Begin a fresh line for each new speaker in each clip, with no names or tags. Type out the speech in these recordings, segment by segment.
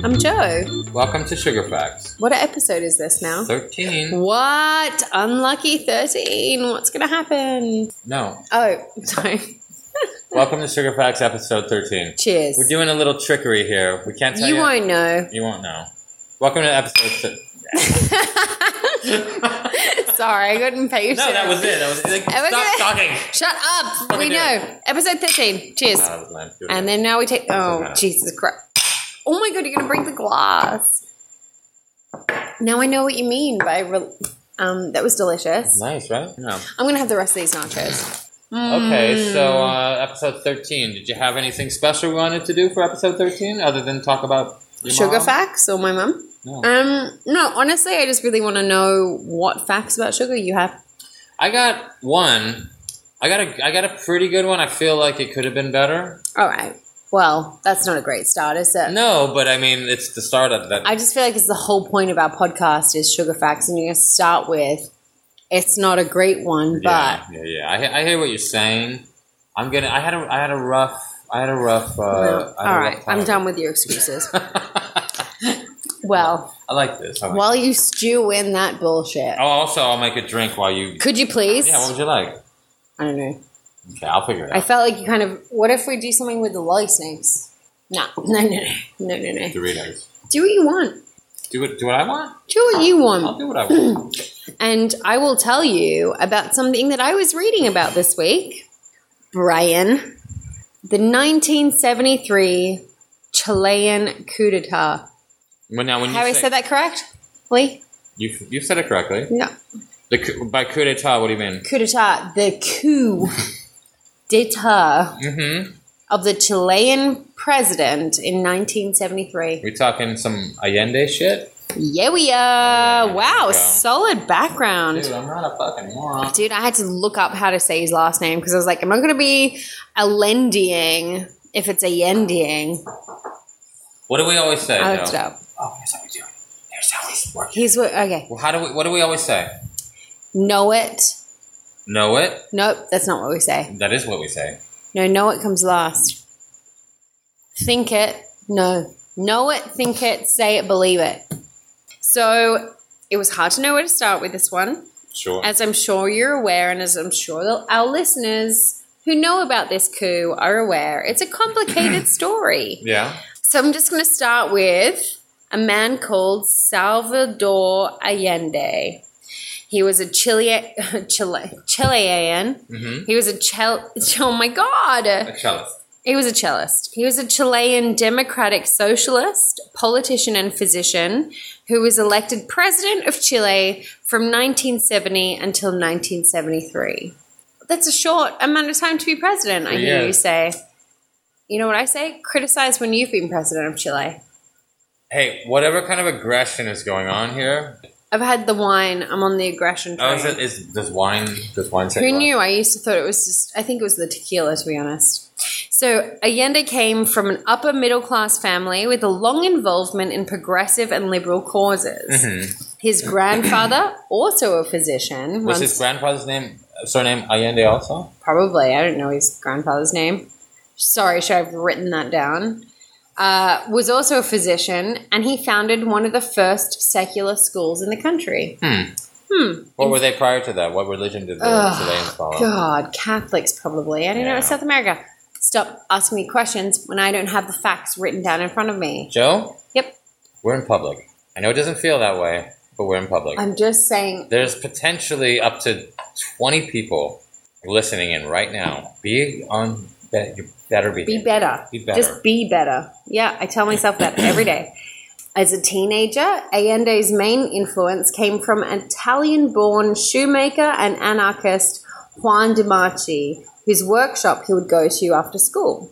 Hello.
uh, Welcome to Sugar Facts.
What episode is this now?
13.
What? Unlucky 13. What's going to happen?
No.
Oh, sorry.
Welcome to Sugar Facts episode 13.
Cheers.
We're doing a little trickery here. We can't tell
you
you.
won't know.
You won't know. Welcome to episode. Th-
sorry, I got impatient.
no, that was it. That was it. Like,
was
stop
it.
talking.
Shut up.
Fucking
we
do
know. Episode 13. Cheers.
Ah, that was lame. Do it
and
again.
then now we take. Oh,
matter.
Jesus Christ. Oh my God, you're going to break the glass. Now I know what you mean by. Re- um, that was delicious.
Nice, right? No.
I'm going to have the rest of these nachos.
Okay, so uh, episode 13. Did you have anything special we wanted to do for episode 13 other than talk about your
Sugar
mom?
facts or my mum?
No.
Um, no, honestly, I just really want to know what facts about sugar you have.
I got one. I got a I got a pretty good one. I feel like it could have been better.
All right. Well, that's not a great start, is it?
No, but I mean it's the start of that.
I just feel like it's the whole point of our podcast is sugar facts, and you're going to start with it's not a great one,
yeah,
but
yeah, yeah. I, he- I hear what you're saying. I'm gonna. I had a I had a rough. I had a rough. Uh,
No.
I had
all
a
right,
rough
I'm
time.
done with your excuses. well,
I like this. I like
while you stew in that bullshit,
Oh, also, I'll make a drink while you.
could you please?
Yeah, what would you like?
I don't know.
Okay, I'll figure it
I
out.
felt like you kind of. What if we do something with the lolly snakes? No, no, no, no, no, no, no.
Doritos.
Do what you want.
Do what? Do what I want.
Do what you want.
I'll do what I want.
And I will tell you about something that I was reading about this week. Brian, the 1973 Chilean coup d'etat.
Well, now when you
Have I
say-
said that correctly?
you you said it correctly.
No.
The coup- by coup d'état, what do you mean?
Coup d'etat, the coup d'etat
Mm-hmm.
of the Chilean president in 1973.
We talking some Allende shit?
Yeah,
Oh,
we are. Wow,
There you go.
solid background.
Dude, I'm not a fucking moron.
Dude, I had to look up how to say his last name because I was like, am I going to be Allendying if it's Allendying?
What do we always say?
I
though?
looked it up.
Oh, here's how we do it. Here's how we work.
He's wi- okay.
Well, how do we? What do we always say?
Know it.
Know it.
Nope, that's not what we say.
That is what we say.
No, know it comes last. Think it. No. Know it, think it, say it, believe it. So it was hard to know where to start with this one.
Sure.
As I'm sure you're aware, and as I'm sure that our listeners who know about this coup are aware, it's a complicated story.
yeah.
So I'm just going to start with a man called Salvador Allende. He was a Chile, Chile, Chilean.
Mm-hmm.
He was a Chel. Oh my God!
A cellist.
He was a cellist. He was a Chilean democratic socialist, politician, and physician who was elected president of Chile from 1970 until 1973. That's a short amount of time to be president, I hear you
Yes.
say. You know what I say? Criticize when you've been president of Chile.
Hey, whatever kind of aggression is going on here.
I've had the wine. I'm on the aggression
Oh,
train.
is it? Is does wine? Does wine say?
Who
well?
knew? I used to thought it was just, I think it was the tequila, to be honest. So Allende came from an upper middle class family with a long involvement in progressive and liberal causes. His grandfather, also a physician,
Mm-hmm. Was
once,
his grandfather's name surname Allende also?
probably, I don't know his grandfather's name. Sorry, should I have written that down? Uh, was also a physician, and he founded one of the first secular schools in the country.
What were they prior to that? What religion did the
Ugh,
Chileans follow?
God, Catholics probably. I don't know.
Yeah.
It's South America. Stop asking me questions when I don't have the facts written down in front of me.
Joe,
Yep.
we're in public. I know it doesn't feel that way, but we're in public.
I'm just saying.
There's potentially up to 20 people listening in right now. Be on that. You better be.
Be
there.
better.
Be better.
Just be better. Yeah, I tell myself that every day. As a teenager, Allende's main influence came from Italian born shoemaker and anarchist Juan de Marchi, whose workshop he would go to after school.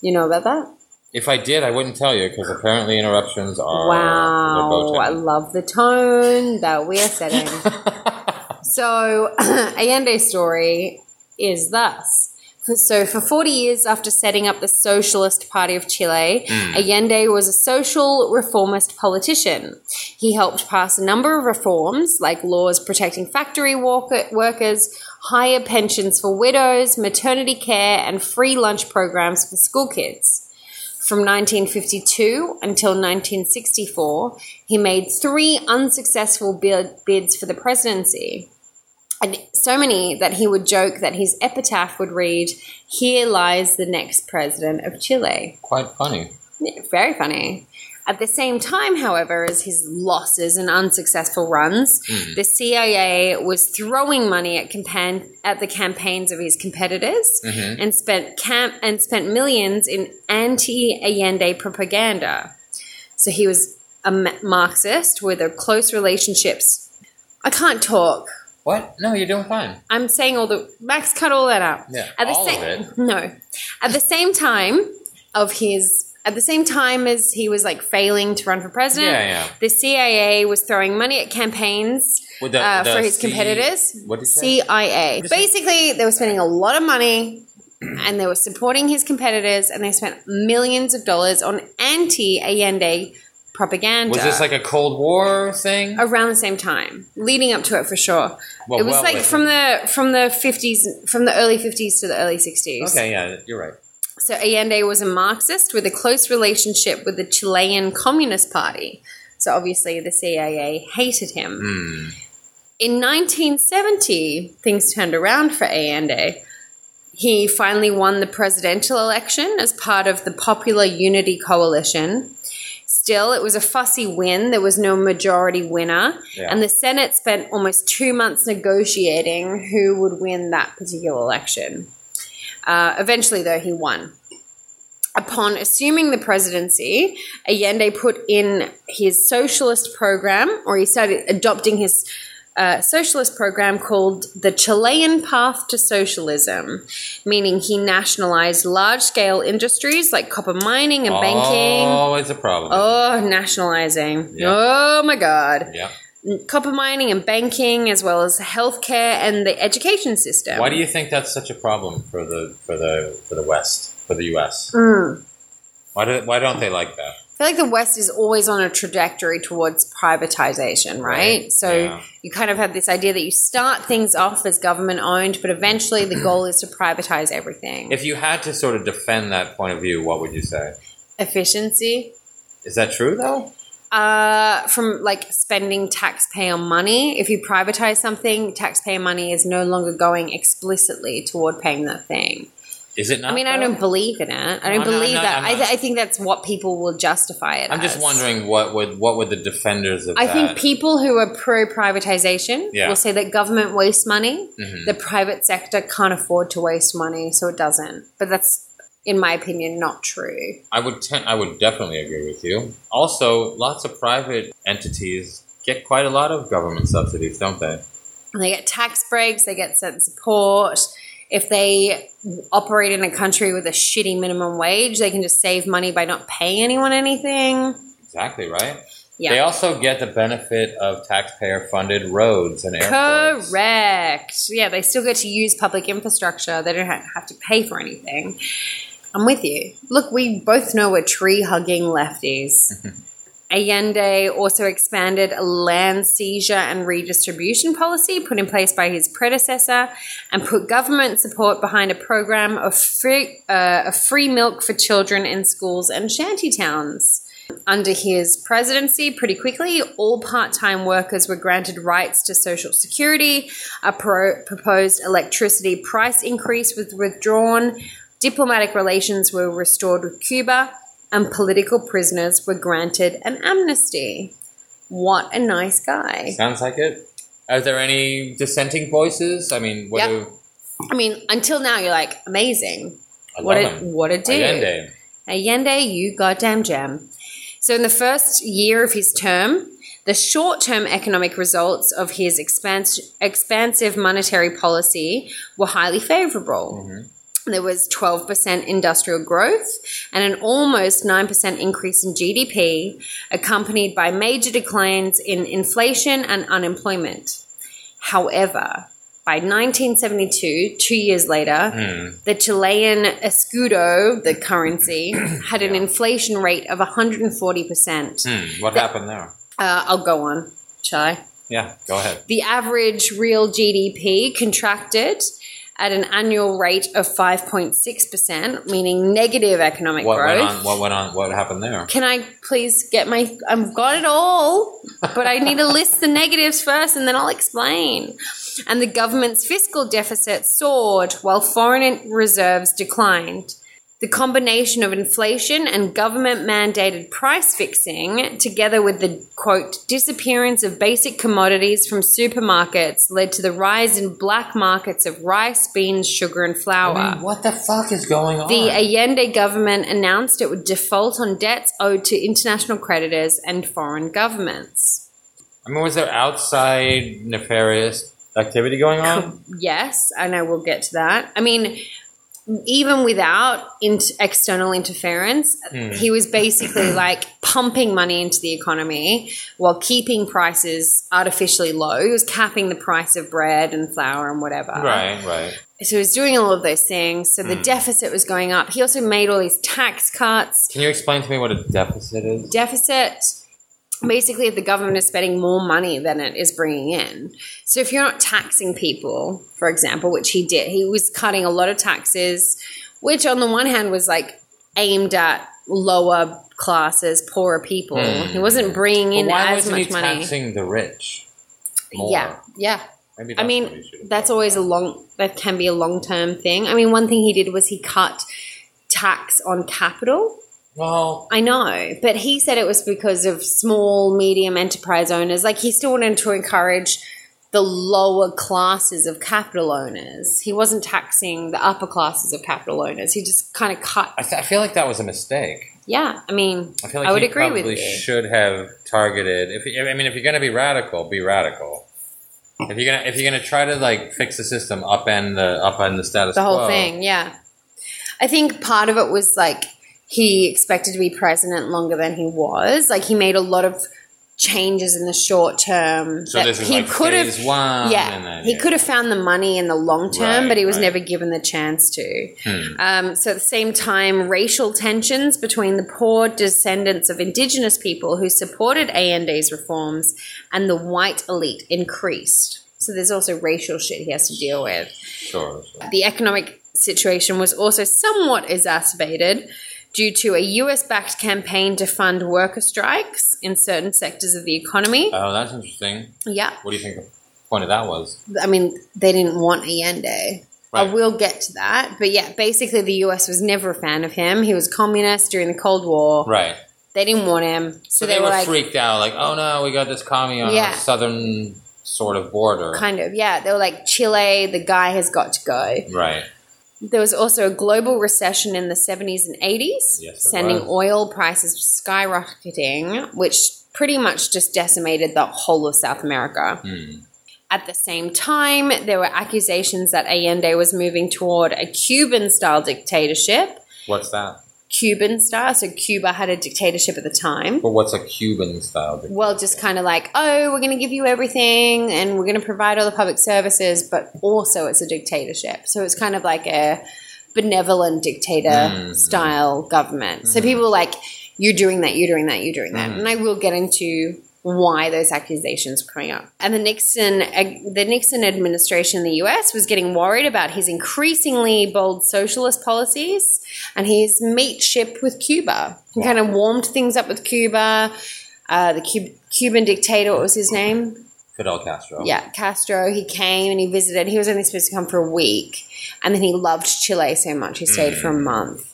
You know about that?
If I did, I wouldn't tell you because apparently interruptions are.
Wow, I
they're both-
love the tone that we're setting. so, Allende's story is thus. So, for 40 years after setting up the Socialist Party of Chile, Allende was a social reformist politician. He helped pass a number of reforms, like laws protecting factory worker- workers, higher pensions for widows, maternity care, and free lunch programs for school kids. From 1952 until 1964, he made three unsuccessful bid- bids for the presidency. And so many that he would joke that his epitaph would read, Here lies the next president of Chile.
Quite funny.
Yeah, very funny. At the same time, however, as his losses and unsuccessful runs, the CIA was throwing money at, campan- at the campaigns of his competitors and spent camp and spent millions in anti-Allende propaganda. So he was a Ma- Marxist with a close relationships. I can't talk.
What? No, you're doing fine.
I'm saying all the Max cut all that out.
Yeah,
At the
all
same,
of it.
No. At the same time of his at the same time as he was like failing to run for president,
Yeah, yeah.
the CIA was throwing money at campaigns
With the-
uh,
the
for his
C-
competitors.
what did you say?
CIA. Basically, they were spending a lot of money and they were supporting his competitors and they spent millions of dollars on anti-Allende propaganda.
Was this like a Cold War thing?
around the same time, leading up to it for sure.
Mm-hmm. Well,
it was
well
like
within.
from the from the fifties, from the early fifties to the early sixties.
Okay, yeah, you're right.
So Allende was a Marxist with a close relationship with the Chilean Communist Party. So obviously the CIA hated him. In 1970, things turned around for Allende. He finally won the presidential election as part of the Popular Unity Coalition. Still, it was a fussy win. There was no majority winner.
Yeah.
And the Senate spent almost two months negotiating who would win that particular election. Uh, eventually, though, he won. Upon assuming the presidency, Allende put in his socialist program, or he started adopting his uh, socialist program called the Chilean Path to Socialism, meaning he nationalized large scale industries like copper mining and banking.
Oh, it's a problem.
Oh, nationalizing.
Yeah.
Oh my God.
Yeah.
Copper mining and banking, as well as healthcare and the education system.
Why do you think that's such a problem for the for the for the West for the U.S.?
Mm.
Why do why don't they like that?
I feel like the West is always on a trajectory towards privatization, right?
Right,
So
yeah.
you kind of have this idea that you start things off as government owned, but eventually the goal is to privatize everything.
If you had to sort of defend that point of view, what would you say?
Efficiency,
Is that true though?
uh, from like spending taxpayer money. If you privatize something, taxpayer money is no longer going explicitly toward paying that thing.
Is it not?
I mean, I
though?
don't believe in it. I don't
I'm not-
believe
I'm not-
that.
I'm
I,
not-
th- I think that's what people will justify it.
I'm just
as.
wondering what would what would the defenders of
I
that?
think people who are pro privatization
Yeah. Mm-hmm.
will say that government wastes money. The private sector can't afford to waste money, so it doesn't. But that's, in my opinion, not true.
I would ten- I would definitely agree with you. Also, lots of private entities get quite a lot of government subsidies, don't they?
And they get tax breaks, they get certain support. If they operate in a country with a shitty minimum wage, they can just save money by not paying anyone anything.
Exactly right.
Yeah.
They also get the benefit of taxpayer-funded roads and airports.
Correct. Yeah, they still get to use public infrastructure. They don't ha- have to pay for anything. I'm with you. Look, we both know we're tree hugging lefties. Allende also expanded a land seizure and redistribution policy put in place by his predecessor and put government support behind a program of free, uh, of free milk for children in schools and shanty towns. Under his presidency, pretty quickly, all part time workers were granted rights to Social Security. A pro- proposed electricity price increase was withdrawn. Diplomatic relations were restored with Cuba. And political prisoners were granted an amnesty. What a nice guy.
Sounds like it. Are there any dissenting voices? I mean, what
Yep.
do
I mean, until now, you're like, amazing.
I
What
love
a,
him.
what a dude.
Allende.
Allende, you goddamn gem. So, in the first year of his term, the short term economic results of his expans- expansive monetary policy were highly favorable. There was 12% industrial growth and an almost 9% increase in GDP, accompanied by major declines in inflation and unemployment. However, by 1972, two years later, the Chilean escudo, the currency, had an inflation rate of 140%.
Hmm, what happened there?
Uh, I'll go on, shall I?
Yeah, go ahead.
The average real GDP contracted at an annual rate of 5.6%, meaning negative economic
What
growth.
went on? What went on? What happened there?
Can I please get my? I've got it all, but I need to list the negatives first, and then I'll explain. And the government's fiscal deficit soared while foreign reserves declined. The combination of inflation and government mandated price fixing, together with the quote, disappearance of basic commodities from supermarkets, led to the rise in black markets of rice, beans, sugar, and flour.
I mean, what the fuck is going on?
The Allende government announced it would default on debts owed to international creditors and foreign governments.
I mean, was there outside nefarious activity going on?
Yes, I know we'll get to that. I mean, even without in- external interference, he was basically like pumping money into the economy while keeping prices artificially low. He was capping the price of bread and flour and whatever.
right, right.
So he was doing all of those things. So the deficit was going up. He also made all these tax cuts.
Can you explain to me what a deficit is?
deficit basically the government is spending more money than it is bringing in so if you're not taxing people for example which he did he was cutting a lot of taxes which on the one hand was like aimed at lower classes poorer people he wasn't bringing in
But why
as
wasn't
much
he
money
taxing the rich? more?
yeah yeah
Maybe that's
I
what he
mean,
should have
that's
done.
always a long, that can be a long term thing. I mean, one thing he did was he cut tax on capital.
Well,
I know, but he said it was because of small, medium enterprise owners. Like he still wanted to encourage the lower classes of capital owners. He wasn't taxing the upper classes of capital owners. He just kind of
I,
cut.
th- I feel like that was a mistake.
Yeah, I mean,
I
I,
feel like
would
he
agree
probably
with you.
should have targeted. If I mean, if you're going to be radical, be radical. If you're gonna if you're gonna try to like fix the system, upend the upend the status
the whole
quo,
thing, yeah. I think part of it was like he expected to be president longer than he was. Like he made a lot of changes in the short term
So this is
he
like
could have
phase one.
yeah,
and then,
he could have found the money in the long term,
Right,
but he was
right. Hmm.
never given the chance to. Um, so at the same time, racial tensions between the poor descendants of indigenous people who supported Allende's reforms and the white elite increased. So there's also racial shit he has to deal with.
Sure, sure.
The economic situation was also somewhat exacerbated due to a US backed campaign to fund worker strikes in certain sectors of the economy.
Oh, that's interesting.
yeah.
What do you think the point of that was?
I mean, they didn't want Allende. I
Right.
will get to that. But yeah, basically, the US was never a fan of him. He was communist during the Cold War.
Right.
They didn't want him. So,
So
they,
they,
were
were
like,
freaked out, like, oh no, we got this commie on
Yeah.
our southern sort of border.
kind of, yeah, they were like, Chile, the guy has got to go.
right.
There was also a global recession in the 70s and
Yes,
80s,
there
sending
was.
oil prices skyrocketing, which pretty much just decimated the whole of South America.
Hmm.
At the same time, there were accusations that Allende was moving toward a Cuban style dictatorship.
What's that?
Cuban style, so Cuba had a dictatorship at the time.
But what's a Cuban style? dictator?
Well, just kind of like, oh, we're going to give you everything and we're going to provide all the public services, but also it's a dictatorship. So it's kind of like a benevolent dictator style government. So people were like, you're doing that, you're doing that, you're doing that. And I will get into why those accusations were coming up. And the Nixon the Nixon administration in the US was getting worried about his increasingly bold socialist policies and his mateship with Cuba. He kind of warmed things up with Cuba. Uh, the Cub- Cuban dictator, what was his name?
Fidel Castro.
Yeah, Castro. He came and he visited. He was only supposed to come for a week, and then he loved Chile so much he stayed for a
Mm.
month.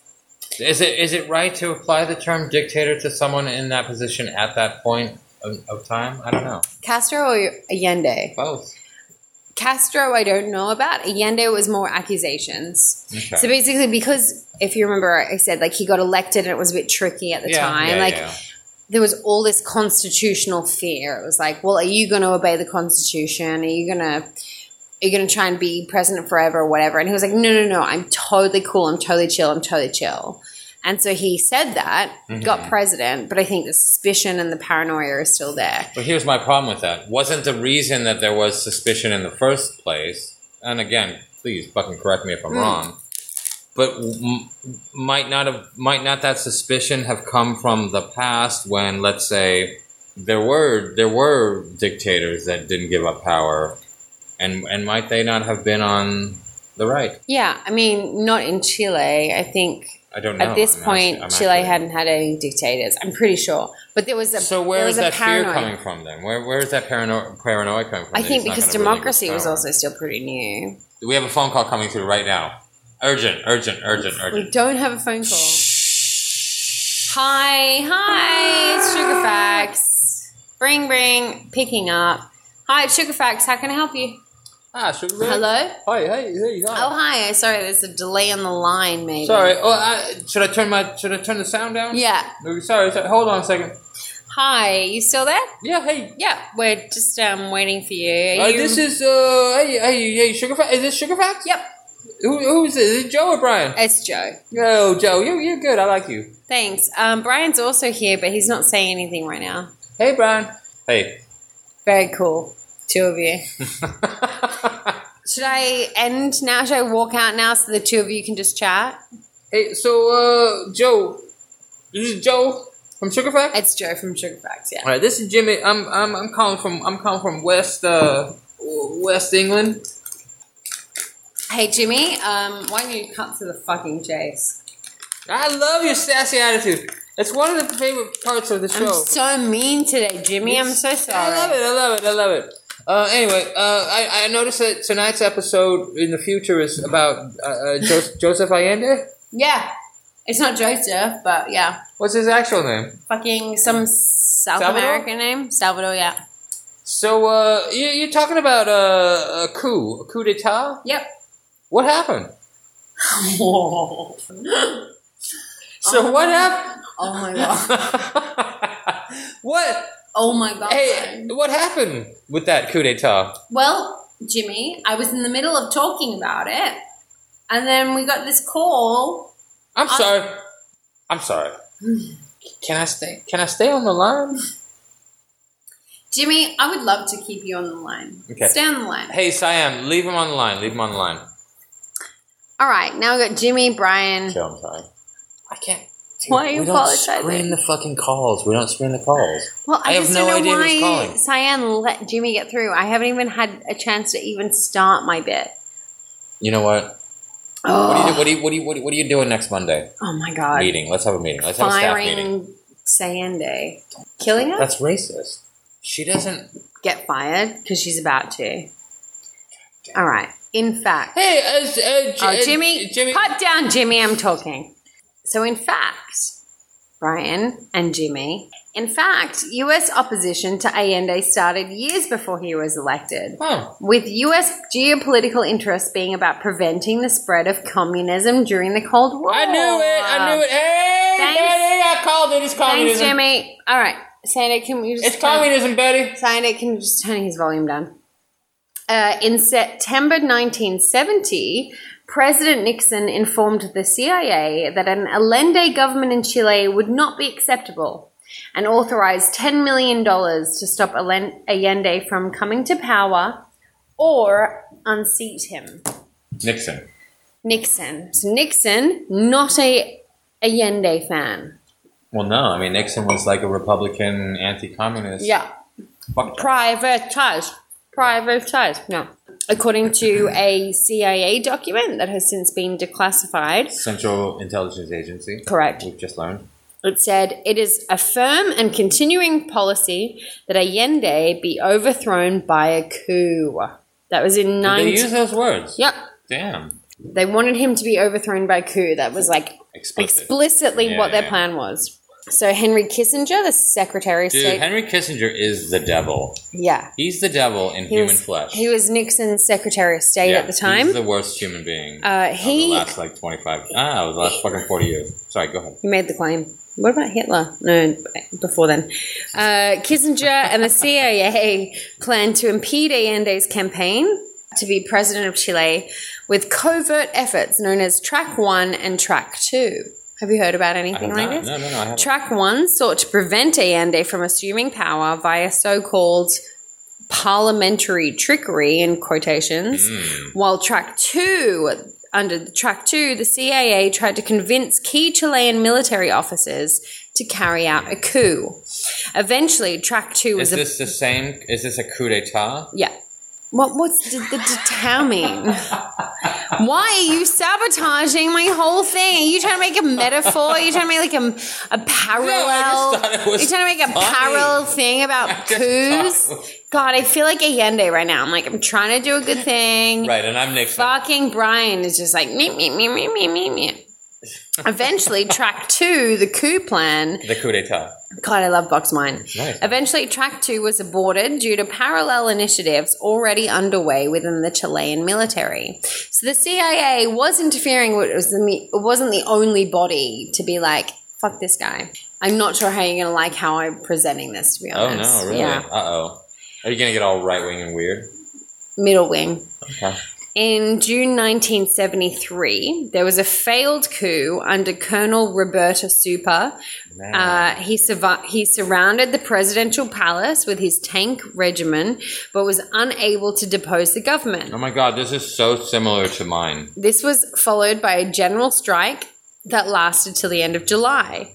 Is it is it right to apply the term dictator to someone in that position at that point of, of time? I don't know.
Castro or Allende?
Both.
Castro, I don't know about. Allende was more accusations.
Okay.
So basically, because if you remember, I said like he got elected and it was a bit tricky at the
Yeah,
time.
yeah,
like
yeah.
there was all this constitutional fear. It was like, well, are you going to obey the Constitution? Are you going to are you going to try and be president forever or whatever? And he was like, no, no, no, I'm totally cool. I'm totally chill. I'm totally chill. And so he said that,
Mm-hmm.
got president, but I think the suspicion and the paranoia is still there.
But here's my problem with that. Wasn't the reason that there was suspicion in the first place? And again, please fucking correct me if I'm
Hmm.
wrong. But m- might not have might not that suspicion have come from the past when let's say there were there were dictators that didn't give up power and and might they not have been on the right.
Yeah, I mean, not in Chile. I think
I don't know.
at this
I'm ask-
point,
I'm
Chile
actually-
hadn't had any dictators. I'm pretty sure, but there was a
So
there
where
was
is that
a
fear
paranoia.
coming from then? Where where is that parano- paranoia coming from?
I
that he's
think
not
because
gonna really
democracy
get
was
power?
also still pretty new.
We have a phone call coming through right now. Urgent, urgent, urgent,
We
urgent.
don't have a phone call. Hi, hi, it's Sugarfax. Bring, bring, picking up. Hi, it's Sugarfax. How can I help you?
Ah, sugar. Bear.
Hello.
Hi, hey, hey,
Oh,
hi.
hi. Sorry, there's a delay on the line. Maybe.
Sorry. Oh, I, should I turn my should I turn the sound down?
Yeah.
No, Sorry, sorry. Hold on a second.
Hi. You still there?
Yeah. Hey.
Yeah. We're just um waiting for you.
Uh,
Are you-
this is uh. Hey, hey, hey. Sugarfax. Is this Sugarfax?
Yep.
Who, who's this? Is it Joe or Brian?
It's Joe.
Yo, Joe. You you're good. I like you.
Thanks. Um, Brian's also here, but he's not saying anything right now.
Hey, Brian. Hey.
Very cool. Two of you. Should I end now? Should I walk out now so the two of you can just chat?
hey. So, uh, Joe. This is Joe from Sugarfax.
It's Joe from Sugar Facts, yeah.
All right, this is Jimmy. I'm I'm I'm calling from I'm calling from West uh West England.
Hey, Jimmy, um, why don't you cut to the fucking chase?
I love your sassy attitude. It's one of the favorite parts of the show.
I'm so mean today, Jimmy. I'm so
I love
sorry.
it. I love it. I love it. Uh, anyway, uh, I, I noticed that tonight's episode in the future is about uh, uh, Jos- Joseph Allende.
Yeah. It's not Joseph, but yeah.
What's his actual name?
Fucking some South
Salvador?
American name. Salvador, yeah.
So uh, you, you're talking about uh, a coup, a coup d'état.
Yep.
What happened?
oh Uh-huh.
So what happened?
my god.
what?
Oh my god.
Hey, what happened with that coup d'état?
Well, Jimmy, I was in the middle of talking about it, and then we got this call.
I'm
I-
sorry. I'm sorry. Can I stay? Can I stay on the line?
Jimmy, I would love to keep you on the line.
Okay.
Stay on the line.
Hey, Siam, leave him on the line. Leave him on the line.
All right, now we got Jimmy, Brian.
Okay, I'm sorry. I can't. dude,
Why are you
we don't
apologizing?
Screen the fucking calls. We don't screen the calls.
Well, I,
I have
just
no
don't
idea
know
who's
why
calling.
Cyan let Jimmy get through. I haven't even had a chance to even start my bit.
You know what?
Oh,
What are you, do- what are you, what are you, what are you, what are you doing next Monday?
oh my god.
Meeting. Let's have a meeting. Let's have a staff meeting.
Firing Cyan Day. Killing her?
That's racist. She doesn't.
Get fired because she's about to. All right. In fact,
Hey, uh, uh, J-
Oh,
uh,
Jimmy,
Jimmy.
pipe down, Jimmy. I'm talking. So, in fact, Brian and Jimmy, in fact, U.S. opposition to Allende started years before he was elected,
Oh,
with U.S. geopolitical interests being about preventing the spread of communism during the Cold War.
I knew it. I knew it. Hey,
Thanks.
Betty, I called it. It's
Thanks,
communism.
Jimmy. All right, Sandy, can you just
It's
turn-
communism, Betty.
Cyanide, can you just turn his volume down? Uh, in September 1970, President Nixon informed the CIA that an Allende government in Chile would not be acceptable and authorized $10 million to stop Allen- Allende from coming to power or unseat him.
Nixon.
Nixon. So Nixon, not a Allende fan.
Well, no, I mean Nixon was like a Republican, anti-communist.
Yeah.
Fuck that.
privatized. Privatized. No. According to a CIA document that has since been declassified,
Central Intelligence Agency.
Correct.
We've just learned.
it said it is a firm and continuing policy that Allende be overthrown by a coup. That was in
Did
nine.
they use those words?
Yep.
Damn.
They wanted him to be overthrown by a coup. That was like
Explicit.
explicitly
Yeah,
what their
yeah.
plan was. So Henry Kissinger, the Secretary of
Dude,
State,
Henry Kissinger is the devil.
yeah,
He's the devil in
he
human
was
flesh.
he was Nixon's Secretary of State
Yeah,
at the time.
He's the worst human being.
Uh,
of
he-
the last like twenty five. Ah, of the last fucking forty years. Sorry, go ahead.
He made the claim. What about Hitler? No, before then. Uh, Kissinger and the CIA planned to impede Allende's campaign to be president of Chile with covert efforts known as Track 1 and Track 2. Have you heard about
I
anything
don't
like
know.
this?
No, no, no. I haven't.
Track 1 sought to prevent Allende from assuming power via so called parliamentary trickery, in quotations, while track two, under the track two, the CIA tried to convince key Chilean military officers to carry out a coup. Eventually, track two
is
was a,
this the same? Is this a coup d'état?
yeah, What what's did the detail mean? Why are you sabotaging my whole thing? Are you trying to make a metaphor? Are you trying to make like a, a parallel?
No, I just thought it was
Are you trying to make a
funny.
parallel thing about
just thought it
poos? God, I feel like Allende right now. I'm like, I'm trying to do a good thing.
Right, and I'm Nixon.
Fucking Brian is just like me me me me me me me. Eventually, track two, the coup plan,
The coup d'etat.
God, I love Box Mine.
nice.
Eventually, track two was aborted due to parallel initiatives already underway within the Chilean military. So the CIA was interfering. It, was the, me- it wasn't the only body to be like, fuck this guy. I'm not sure how you're going to like how I'm presenting this, to be
Oh
honest.
no, really?
Yeah.
Uh oh. Are you gonna get all right wing and weird?
Middle wing.
Okay.
In June 1973, there was a failed coup under Colonel Roberto Super,
Man.
Uh, he, survi- he surrounded the presidential palace with his tank regiment, but was unable to depose the
oh
government.
my god, this is so similar to mine.
This was followed by a general strike that lasted till the end of July.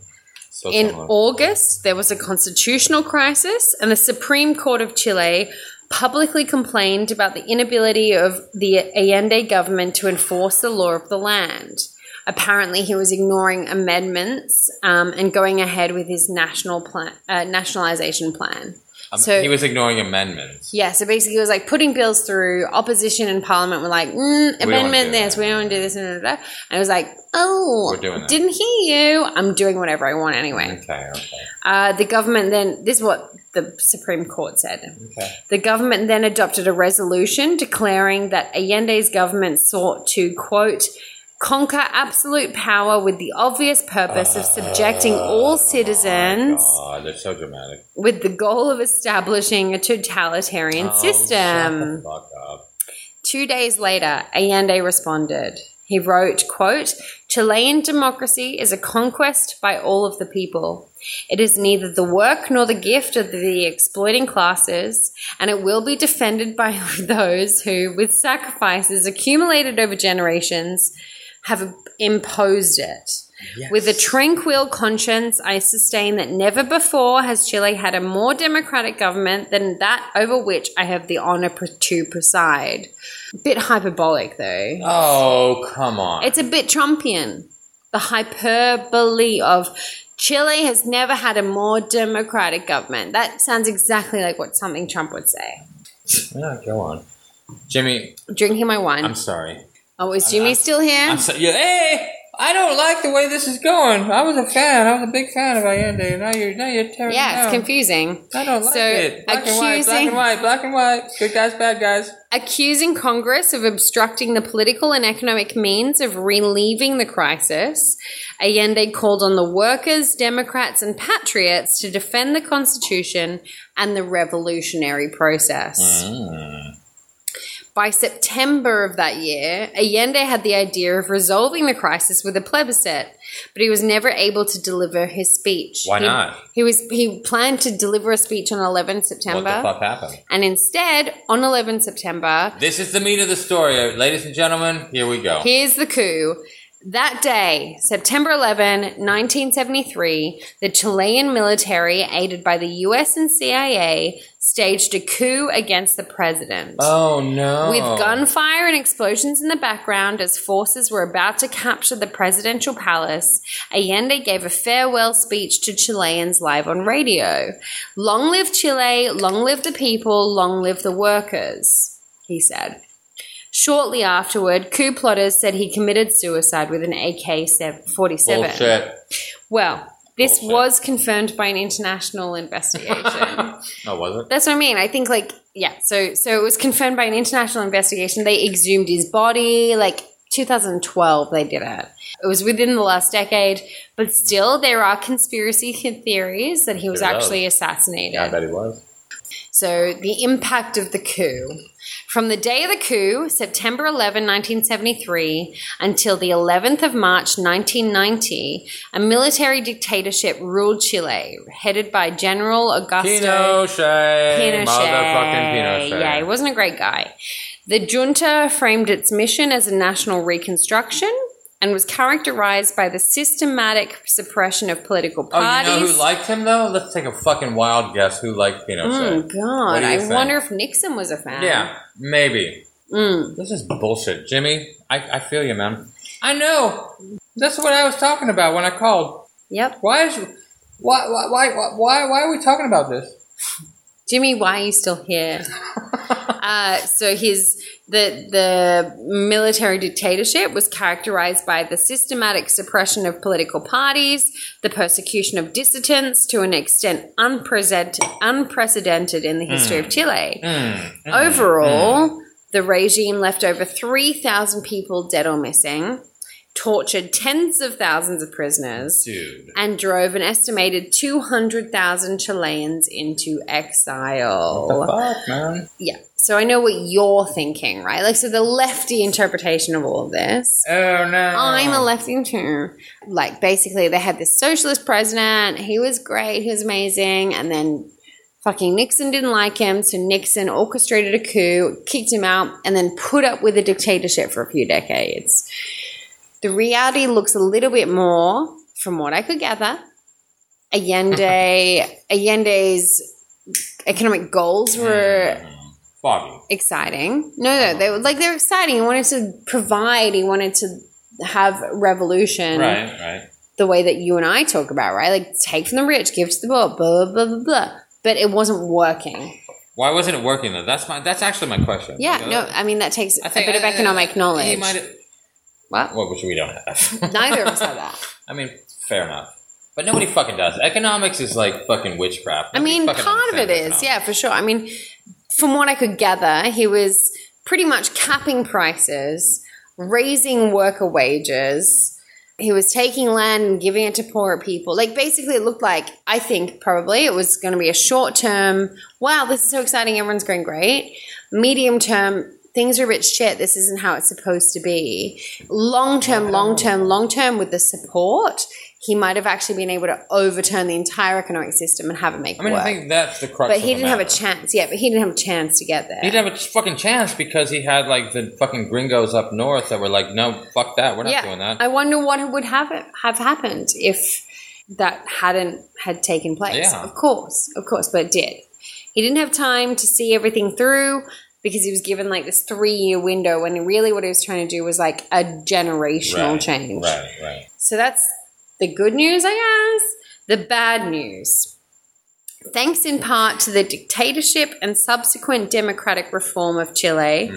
So
In
similar.
August, there was a constitutional crisis, and the Supreme Court of Chile publicly complained about the inability of the Allende government to enforce the law of the land. Apparently, he was ignoring amendments um, and going ahead with his national plan, uh, nationalization plan.
Um,
so-
he was ignoring amendments.
Yeah, so basically, it was like putting bills through. Opposition and Parliament were like, mm,
do
amendment
that."
this, we don't want to do this, and, da, da, da. and it was like, oh,
We're doing that. Mm-hmm.
didn't hear you. I'm doing whatever I want anyway.
Okay, okay,
Uh, the government then, this is what the Supreme Court said.
okay.
The government then adopted a resolution declaring that Allende's government sought to, quote, conquer absolute power with the obvious purpose of subjecting all citizens
Oh, they're so dramatic.
with the goal of establishing a totalitarian
Oh,
system.
shut the fuck up.
Two days later, Allende responded. He wrote, quote, Chilean democracy is a conquest by all of the people. It is neither the work nor the gift of the exploiting classes, and it will be defended by those who, with sacrifices accumulated over generations, have imposed it. With a tranquil conscience, I sustain that never before has Chile had a more democratic government than that over which I have the honor pre- to preside. Bit hyperbolic, though.
Oh, come on.
It's a bit Trumpian. The hyperbole of Chile has never had a more democratic government. That sounds exactly like what something Trump would say.
Yeah, go on. Jimmy,
Drinking my wine.
I'm sorry.
oh, is Jimmy still here?
I'm so, yeah, hey, I don't like the way this is going. I was a fan. I was a big fan of Allende. and Now you're, now you're tearing it
yeah, it's
down.
confusing.
I don't like
So,
it. Black and white, black
accusing-
and white, black and white. Good guys, bad guys.
accusing Congress of obstructing the political and economic means of relieving the crisis. Allende called on the workers, Democrats, and patriots to defend the Constitution and the revolutionary
Mm.
process. By September of that year, Allende had the idea of resolving the crisis with a plebiscite, but he was never able to deliver his speech.
Why
He-
not?
He was he planned to deliver a speech on 11 September.
Mm. What the fuck happened?
And instead, on 11 September,
This is the meat of the story, ladies and gentlemen. Here we go.
Here's the coup. That day, September 11, 1973, the Chilean military, aided by the US and CIA, staged a coup against the president.
Oh no!
With gunfire and explosions in the background as forces were about to capture the presidential palace, Allende gave a farewell speech to Chileans live on radio. Long live Chile, long live the people, long live the workers, he said. Shortly afterward, coup plotters said he committed suicide with an AK 47.
bullshit.
Well, this
Bullshit.
was confirmed by an international investigation.
No, Oh, was it?
That's what I mean. I think like yeah. So so it was confirmed by an international investigation. They exhumed his body like 2012. They did it. It was within the last decade, but still there are conspiracy theories that he was
There are.
actually assassinated.
I bet he was.
So, the impact of the coup. From the day of the coup, September 11, 1973, until the 11th of March, 1990, a military dictatorship ruled Chile, headed by General Augusto
Pinochet,
Pinochet.
motherfucking Pinochet.
Yeah, he wasn't a great guy. The junta framed its mission as a national reconstruction and was characterized by the systematic suppression of political
Oh, you
parties.
know who liked him though? Let's take a fucking wild guess who liked
Oh,
Pinochet. What
God.
do you
I
think?
wonder if Nixon was a fan.
Yeah, maybe.
Mm.
This is bullshit, Jimmy. I, I feel you, man. I know. That's what I was talking about when I called.
Yep.
Why is why why why why, why are we talking about this?
Jimmy, why are you still here? uh, so his the the military dictatorship was characterized by the systematic suppression of political parties, the persecution of dissidents to an extent unprecedented, unprecedented in the history of Chile.
Mm. Hmm.
Overall, the regime left over 3,000 people dead or missing, tortured tens of thousands of prisoners,
Dude.
and drove an estimated 200,000 Chileans into
The
exile.
fuck, man.
Yeah. So I know what you're thinking, right? Like, so the lefty interpretation of all of this.
Oh no.
I'm a lefty too. Like, basically, they had this socialist president. He was great. He was amazing. And then fucking Nixon didn't like him. So Nixon orchestrated a coup, kicked him out, and then put up with the dictatorship for a few decades. The reality looks a little bit more, from what I could gather, Allende, Allende's economic goals were
Hmm. Foggy.
exciting. No, no, they were like they're exciting. He wanted to provide. He wanted to have revolution
Right, right.
the way that you and I talk about, right? Like take from the rich, give to the poor, blah blah blah blah. blah. But it wasn't working.
Why wasn't it working though? That's my that's actually my question.
Yeah,
Like,
no,
uh,
I mean that takes
I think-
a bit of
I-
economic
He
knowledge.
might
What?
well, which we don't have.
Neither of us have that.
I mean, fair enough. But nobody fucking does. Economics is like fucking witchcraft.
I mean,
Nobody fucking
part of it
understands
is, yeah, for sure. I mean, from what I could gather, he was pretty much capping prices, raising worker wages. He was taking land and giving it to poorer people. Like, basically, it looked like, I think probably it was going to be a short term, wow, this is so exciting, everyone's going great. Medium term, things are a bit shit, this isn't how it's supposed to be. Long term, long term, long term, with the support, he might have actually been able to overturn the entire economic system and have it make
I mean,
work.
I think that's the crux.
But
of
he
the
didn't have a
matter.
chance. Yeah, but he didn't have a chance to get there.
He didn't have a fucking chance because he had like the fucking gringos up north that were like, "No, fuck that, we're not
yeah,
doing that."
I wonder what would have have happened if that hadn't had taken place.
Yeah.
Of course, of course, but it did. He didn't have time to see everything through because he was given like this three year window when really what he was trying to do was like a generational
Right,
change.
right, right.
So that's the good news, I guess. The bad news. Thanks in part to the dictatorship and subsequent democratic reform of Chile,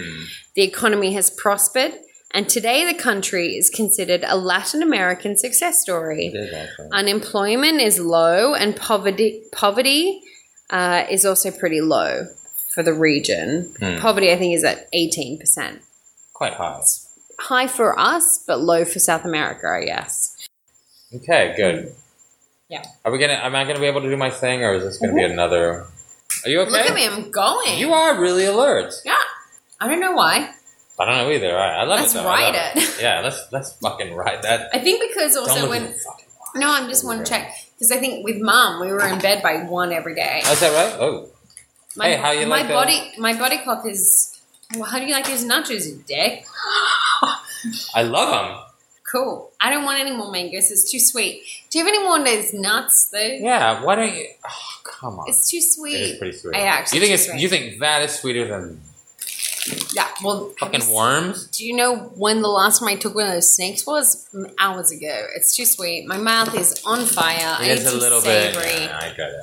the economy has prospered, and today the country is considered a Latin American success
It
story.
is actually.
Unemployment is low, and poverty, poverty uh, is also pretty low for the region.
Hmm.
Poverty, I think, is at 18%
quite high.
high for us, but low for South America, I guess.
Okay, good.
Yeah.
Are we gonna? Am I gonna be able to do my thing, or is this gonna be another? Are you okay?
Mm-hmm. Look at me, I'm going.
You are really alert.
Yeah. I don't know why.
I don't know either. I, I love
Let's
it. Though.
ride
I love
it.
Yeah, let's let's fucking ride that.
I think because
don't
also
look
when
at the fucking.
no, I'm just want to check because I think with mom we were in bed by one every day.
Oh, is that right? Oh,
My,
hey, how you
my
like the-
body my body clock is. Well, how do you like those nachos, you dick?
I love
Cool. I don't want any more mangoes. It's too sweet. Do you have any more of those nuts though?
them. Yeah. Why don't you? Oh, come on.
It's too sweet.
It is pretty sweet.
I actually
you think it's
sweet.
you think that is sweeter than
yeah. Well, have
fucking
you-
worms?
Do you know when the last time I took one of those snakes was? Mm, Hours ago. It's too sweet. My mouth is on fire. I need
It's a
some
little
savory.
bit. Yeah, I got it.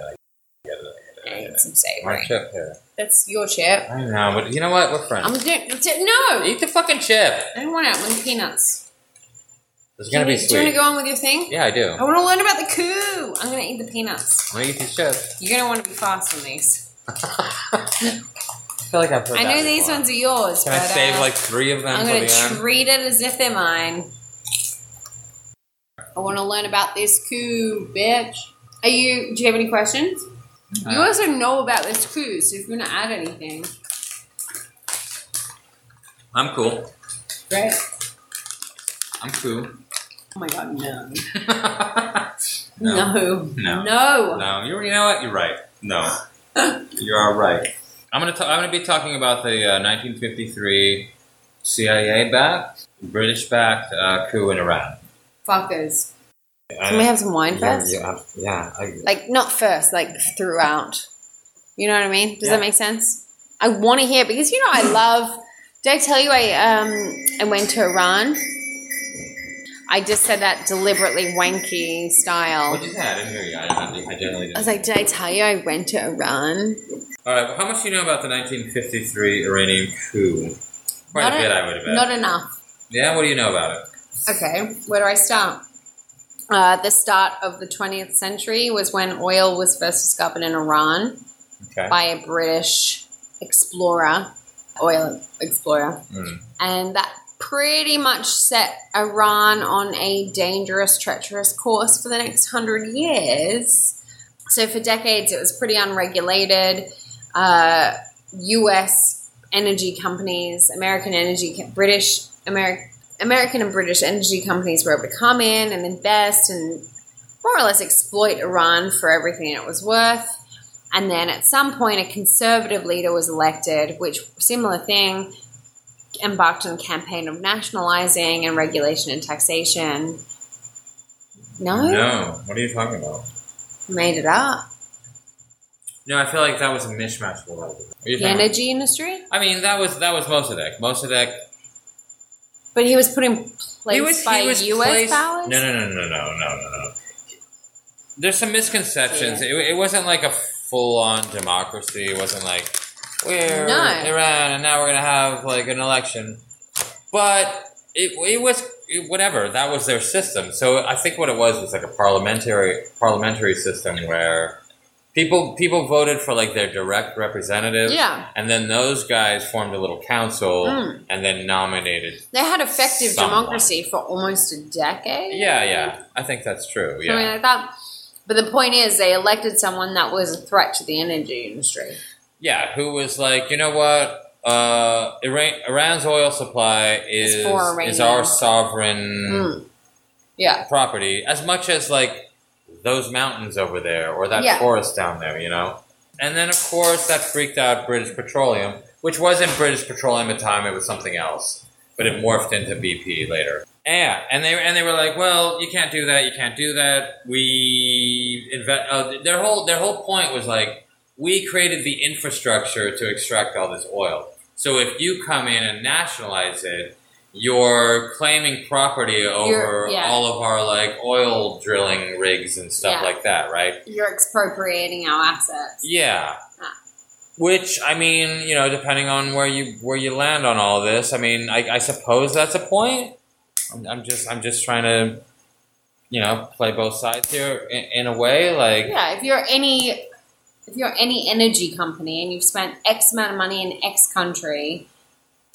I need some
I got
savory.
it. Chip here.
That's your chip.
I know, but you know what? We're
I'm
friends.
doing no.
Eat the fucking chip.
I don't want it. I want the peanuts.
It's gonna be
Do you want
sweet.
to go Oh. on with your thing?
Yeah, I do.
I want to learn about the coup. I'm gonna eat the peanuts.
I'm gonna eat these chips.
You're gonna want to be fast on these.
I feel like I've heard
I
that
know these
before.
ones are yours.
Can I
but,
save
uh,
like three of them
I'm
for
gonna
the end?
treat it as if they're mine. I want to learn about this coup, bitch. Are you? Do you have any questions? You
Uh,
also know about this coup, so if you want to add anything,
I'm cool.
great.
I'm cool.
Oh my god, no.
no.
No.
No.
No.
No, you you know what? You're right. No, you are right. I'm gonna ta- I'm gonna be talking about the uh, 1953 CIA bat British-backed uh, coup in Iran.
Fuckers. Can we have some wine first?
Yeah, yeah, yeah, I,
Like, not first, like throughout. You know what I mean? Does
Yeah.
that make sense? I want to hear because you know I love. Did I tell you I um I went to Iran? I just said that deliberately wanky style.
What'd you say? I didn't hear you. I, I, I generally
I
didn't.
was like, did I tell you I went to Iran?
All right. Well, how much do you know about the 1953 Iranian coup? Quite
Not
a
a-
bit, I would bet.
Not enough.
yeah. What do you know about it?
Okay, where do I start? Uh, the start of the 20th century was when oil was first discovered in Iran
Okay.
by a British explorer, oil explorer.
Mm.
And that pretty much set Iran on a dangerous, treacherous course for the next hundred years. So, for decades, it was pretty unregulated. Uh, US energy companies, American energy, co- British, American. American and British energy companies were able to come in and invest and more or less exploit Iran for everything it was worth. And then at some point, a conservative leader was elected, which similar thing embarked on a campaign of nationalizing and regulation and taxation. No,
No. What are you talking about?
made it up.
No, I feel like that was a mishmash of a lot of things. What are you
The
talking about?
energy industry,
I mean, that was that was Mossadegh. Mossadegh.
but he was put in place
he was
by
he was
U.S.
placed-
powers.
No, no, no, no, no, no, no, no. There's some misconceptions. It, it wasn't like a full-on democracy. It wasn't like we're
No.
Iran and now we're gonna have like an election. But it it was it- whatever. That was their system. So I think what it was was like a parliamentary parliamentary system where people people voted for like their direct representatives.
Yeah.
And then those guys formed a little council
Mm.
and then nominated
They had effective
Someone.
democracy for almost a decade.
yeah, yeah. I think that's true.
something
Yeah.
like that. But the point is, they elected someone that was a threat to the energy industry.
Yeah, who was like, you know what? Uh, Iran, Iran's oil supply is
It's for
is
Iran.
our sovereign
Mm. Yeah,
property as much as like those mountains over there or that
Yeah.
forest down there, you know. And then of course that freaked out British Petroleum, which wasn't British Petroleum at the time; it was something else, but it morphed into BP later. Yeah, and they and they were like, "Well, you can't do that. You can't do that." We invent uh, their whole their whole point was like, "We created the infrastructure to extract all this oil. So if you come in and nationalize it, you're claiming property over
You're- yeah.
all of our like oil drilling rigs and stuff
Yeah.
like that, right?"
you're expropriating our assets.
Yeah.
Ah.
Which I mean, you know, depending on where you where you land on all this, I mean, I, I suppose that's a point. I'm, I'm just I'm just trying to, you know, play both sides here in, in a way. Like,
Yeah, if you're any if you're any energy company and you've spent X amount of money in X country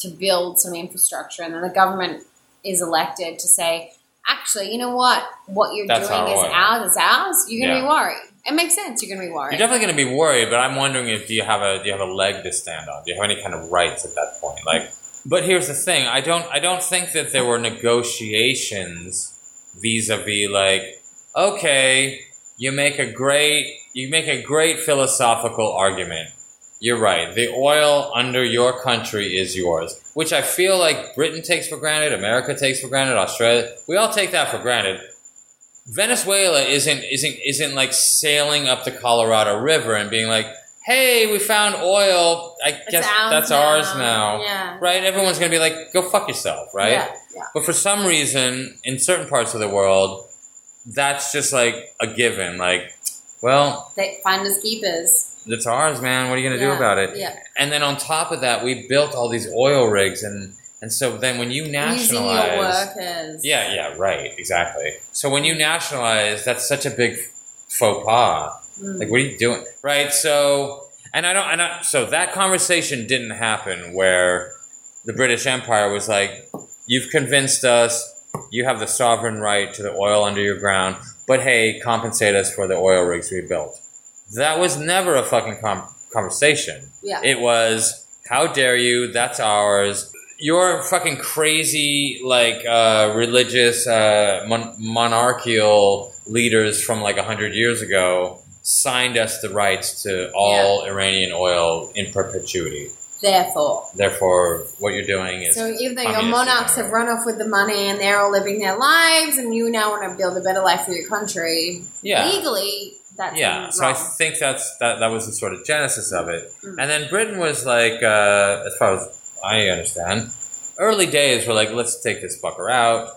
to build some infrastructure, and then the government is elected to say, actually, you know what? What you're
That's
doing
our
is
oil.
ours. Is ours. You're gonna
Yeah.
be worried. It makes sense. You're gonna be worried.
you're definitely going to be worried, but I'm wondering if do you have a do you have a leg to stand on? Do you have any kind of rights at that point? Like, but here's the thing: I don't I don't think that there were negotiations vis-a-vis like, okay, you make a great you make a great philosophical argument. You're right. The oil under your country is yours, which I feel like Britain takes for granted, America takes for granted, Australia. We all take that for granted. Venezuela isn't isn't isn't like sailing up the Colorado River and being like, "Hey, we found oil. I
It's
guess
ours
that's
now.
ours now."
Yeah.
Right? Everyone's going to be like, "Go fuck yourself," right?
Yeah. yeah.
But for some reason, in certain parts of the world, that's just like a given. Like, well,
They find us keepers.
it's ours, man. What are you going to
Yeah,
do about it?
Yeah.
And then on top of that, we built all these oil rigs, and and so then when you
Using your
nationalize,
workers.
yeah, yeah, right, exactly. So when you nationalize, that's such a big faux pas.
Mm.
Like, what are you doing? Right. So, and I don't, and I, so that conversation didn't happen where the British Empire was like, you've convinced us, you have the sovereign right to the oil under your ground, but hey, compensate us for the oil rigs we built. That was never a fucking com- conversation.
yeah.
It was, how dare you? That's ours. Your fucking crazy, like, uh, religious, uh, mon- monarchical leaders from like 100 years ago signed us the rights to all Iranian oil in perpetuity.
Therefore.
Therefore, what you're doing is
So even though your
communism,
monarchs have
right?
run off with the money and they're all living their lives and you now want to build a better life for your country,
yeah.
legally, that's
yeah, so I
wrong.
think that's that. That was the sort of genesis of it,
Mm.
and then Britain was like, uh, as far as I understand, early days were like, let's take this fucker out,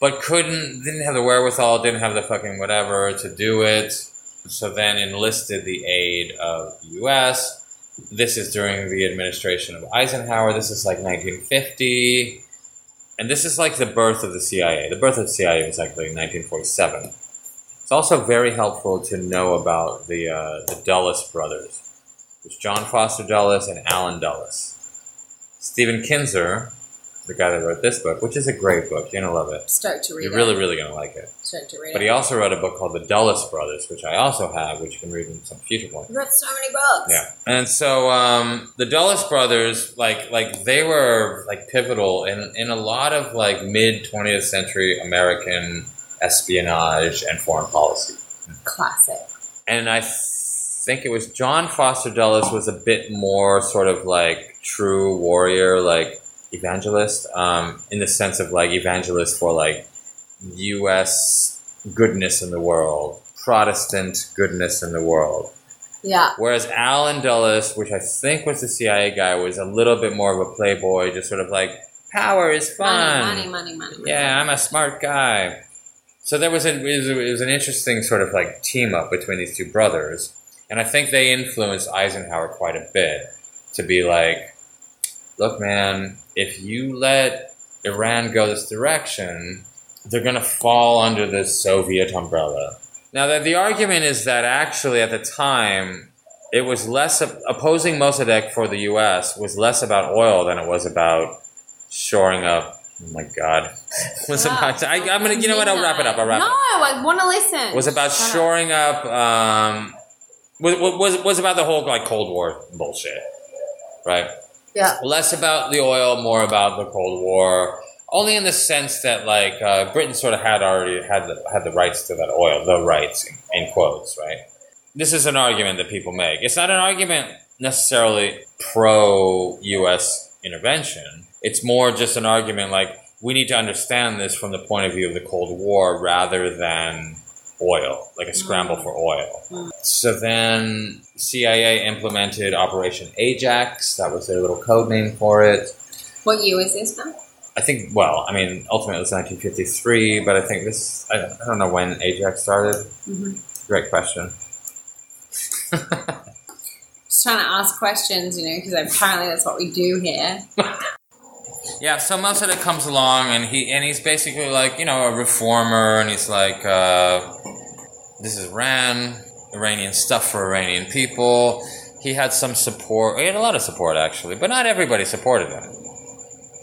but couldn't, didn't have the wherewithal, didn't have the fucking whatever to do it. So then enlisted the aid of the U.S. This is during the administration of Eisenhower. This is like 1950, and this is like the birth of the CIA. The birth of the CIA was actually 1947. It's also very helpful to know about the uh, the Dulles brothers. It's John Foster Dulles and Alan Dulles. Stephen Kinzer, the guy that wrote this book, which is a great book. You're gonna love it.
stoked to read
You're
it.
really, really gonna like it.
stoked to read
But
it.
he also wrote a book called The Dulles Brothers, which I also have, which you can read in some future point.
You've got so many books.
Yeah. And so um, the Dulles brothers, like like they were like pivotal in, in a lot of like mid twentieth century American espionage and foreign policy.
Classic.
and I think it was John Foster Dulles was a bit more sort of like true warrior, like evangelist, um, in the sense of like evangelist for like U.S. goodness in the world, Protestant goodness in the world.
Yeah.
Whereas Alan Dulles, which I think was the CIA guy, was a little bit more of a playboy, just sort of like power is fun.
Money, money, money, money. money.
Yeah, I'm a smart guy. So there was, an it, was it was an interesting sort of like team up between these two brothers, and I think they influenced Eisenhower quite a bit to be like, look, man, if you let Iran go this direction, they're going to fall under the Soviet umbrella. Now, the, the argument is that actually at the time, it was less of- opposing Mossadegh for the U.S. was less about oil than it was about shoring up. Oh my God, was
Ah.
about. I, I'm gonna. You know what? I'll wrap it up. I'll wrap
no,
it up
I want to listen.
was about
Shut up.
shoring up. Um, was, was was about the whole like Cold War bullshit, right?
Yeah.
Less about the oil, more about the Cold War. Only in the sense that like uh, Britain sort of had already had the, had the rights to that oil, the rights in, in quotes, right? This is an argument that people make. It's not an argument necessarily pro U.S. intervention. It's more just an argument like we need to understand this from the point of view of the Cold War rather than oil, like a scramble for oil. So then CIA implemented Operation Ajax. That was their little code name for it.
What year is this now?
I think, well, I mean, ultimately it was 1953, but I think this, I don't, I don't know when Ajax started.
Mhm.
Great question.
Just trying to ask questions, you know, because apparently that's what we do here.
Yeah, so Mossadegh comes along and he and he's basically like you know a reformer and he's like uh, this is Iran, Iranian stuff for Iranian people. He had some support. He had a lot of support actually, but not everybody supported him.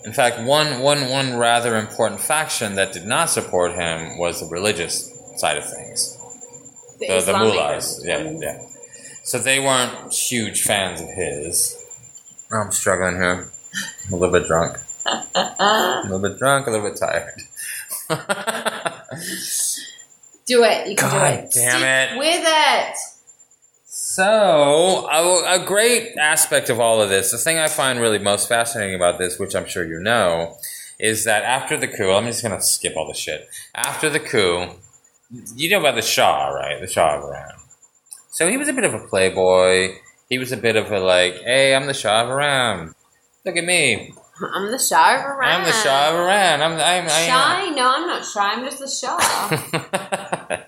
In fact, one one one rather important faction that did not support him was the religious side of things
The,
the, the
Islamic
mullahs. Yeah,
religion.
yeah. So they weren't huge fans of his. I'm struggling here. I'm a little bit drunk. a little bit drunk, a little bit tired.
Do it. You can
God
do it.
damn
Stick
it.
With it.
so, a, a great aspect of all of this, the thing I find really most fascinating about this, which I'm sure you know, is that after the coup, I'm just going to skip all the shit. After the coup, you know about the Shah, right? The Shah of Iran. So he was a bit of a playboy. He was a bit of a like, hey, I'm the Shah of Iran. Look at me.
I'm the shy of Iran.
I'm the Shah of Iran. I'm, I'm, I am.
Shy? No, I'm not shy. I'm just the shy.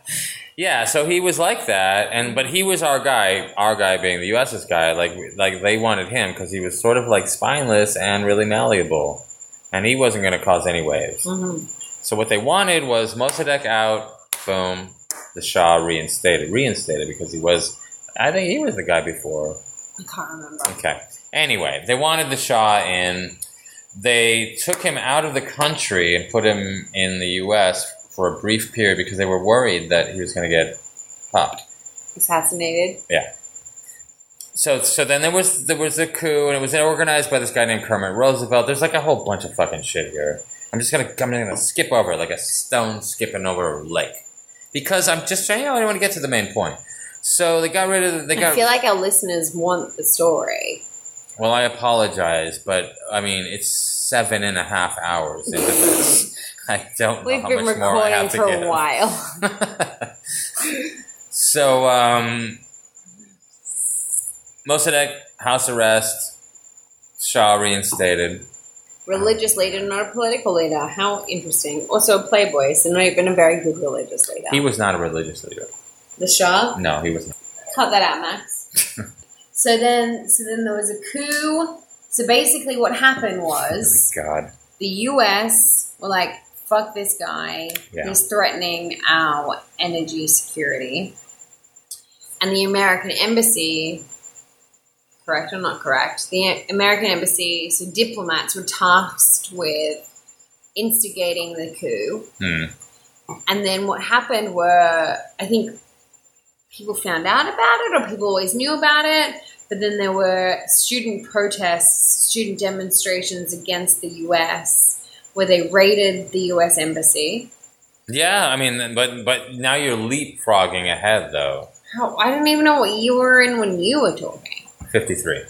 yeah, so he was like that, and but he was our guy, our guy being the U.S.'s guy. Like like they wanted him because he was sort of like spineless and really malleable, and he wasn't going to cause any waves.
Mhm.
So what they wanted was Mossadegh out, boom, the Shah reinstated, reinstated because he was, I think he was the guy before.
I can't remember.
Okay. Anyway, they wanted the Shah in. They took him out of the country and put him in the U.S. for a brief period because they were worried that he was going to get popped.
Assassinated.
So, so then there was there was a coup, and it was organized by this guy named Kermit Roosevelt. There's like a whole bunch of fucking shit here. I'm just gonna I'm gonna skip over it like a stone skipping over a lake because I'm just trying. I want to get to the main point. So they got rid of they
I
got
feel like our listeners want the story.
Well, I apologize, but I mean it's seven and a half hours into this. I don't know
We've
how
been
much more I
recording
have to
for a
give.
while.
so, um, Mossadegh house arrest, Shaw reinstated.
Religious leader, not a political leader. How interesting. Also, a playboy, so not even a very good religious leader.
He was not a religious leader.
the Shah.
No, he was not.
Cut that out, Max. so then, so then there was a coup. So basically, what happened was.
God.
the US were like, fuck this guy.
Yeah.
He's threatening our energy security. And the American embassy, correct or not correct, the American embassy, so diplomats were tasked with instigating the coup.
Hmm.
And then what happened were, I think people found out about it or people always knew about it. But then there were student protests, student demonstrations against the US, where they raided the US embassy.
Yeah, I mean, but but now you're leapfrogging ahead though.
How, I don't even know what you were in when you were talking.
53,